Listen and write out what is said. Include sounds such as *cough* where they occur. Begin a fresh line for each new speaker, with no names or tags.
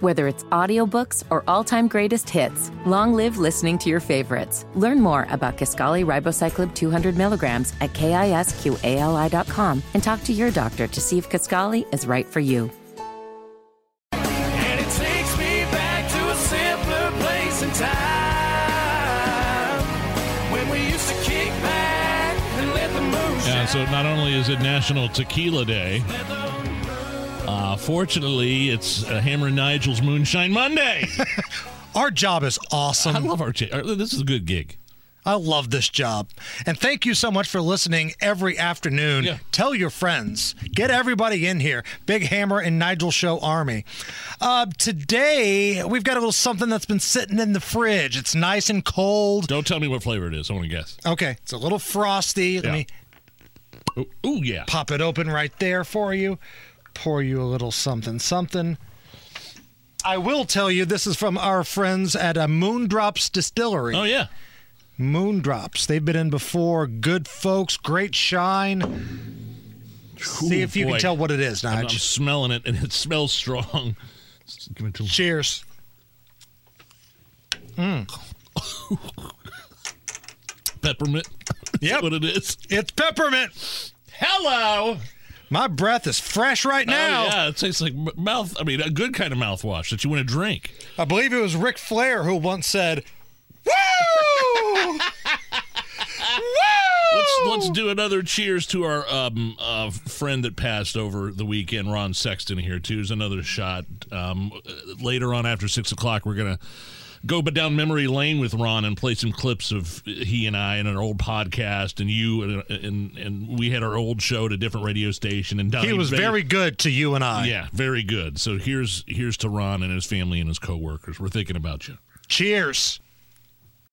Whether it's audiobooks or all-time greatest hits, long live listening to your favorites. Learn more about Kaskali Ribocyclib 200 milligrams at kisqali.com and talk to your doctor to see if Kaskali is right for you.
And it takes me back to a simpler place and time when we used to kick back and let the moon
Yeah, so not only is it National Tequila Day, uh, fortunately, it's uh, Hammer and Nigel's Moonshine
*laughs*
Monday.
Our job is
I
awesome.
love our. Ch- uh, this is a good gig.
I love this job. And thank you so much for listening every afternoon.
Yeah.
Tell your friends. Get everybody in here. Big Hammer and Nigel Show Army. Uh, today, we've got a little something that's been sitting in the fridge. It's nice and cold.
Don't tell me what flavor it is. I want to guess.
Okay, it's a little frosty. Let
Yeah.
me
Ooh, ooh, yeah.
pop it open right there for you. Pour you a little something, something. I will tell you, this is from our friends at a Moondrops Distillery.
Oh yeah.
Moondrops. They've been in before. Good folks. Great shine. See if you
boy.
can tell what it is,
I'm, I'm
Nige.
smelling it, and it smells strong. *laughs* Give it to-
Cheers.
Peppermint. Is
Yep.
that what it is.
It's peppermint.
Hello.
My breath is fresh right now.
Oh, yeah, it tastes like m- mouth. I mean, a good kind of mouthwash that you want to drink.
I believe it was Ric Flair who once said, Woo!
Let's let's do another cheers to our um, uh, friend that passed over the weekend, Ron Sexton. Here too is another shot. Um, uh, later on, after six o'clock, we're gonna go but down memory lane with Ron and play some clips of he and I in an old podcast, and you and uh, and, and we had our old show at a different radio station. And Donnie
he was
Ba-
very good to you and I.
Oh, yeah, very good. So here's here's to Ron and his family and his coworkers. We're thinking about you.
Cheers.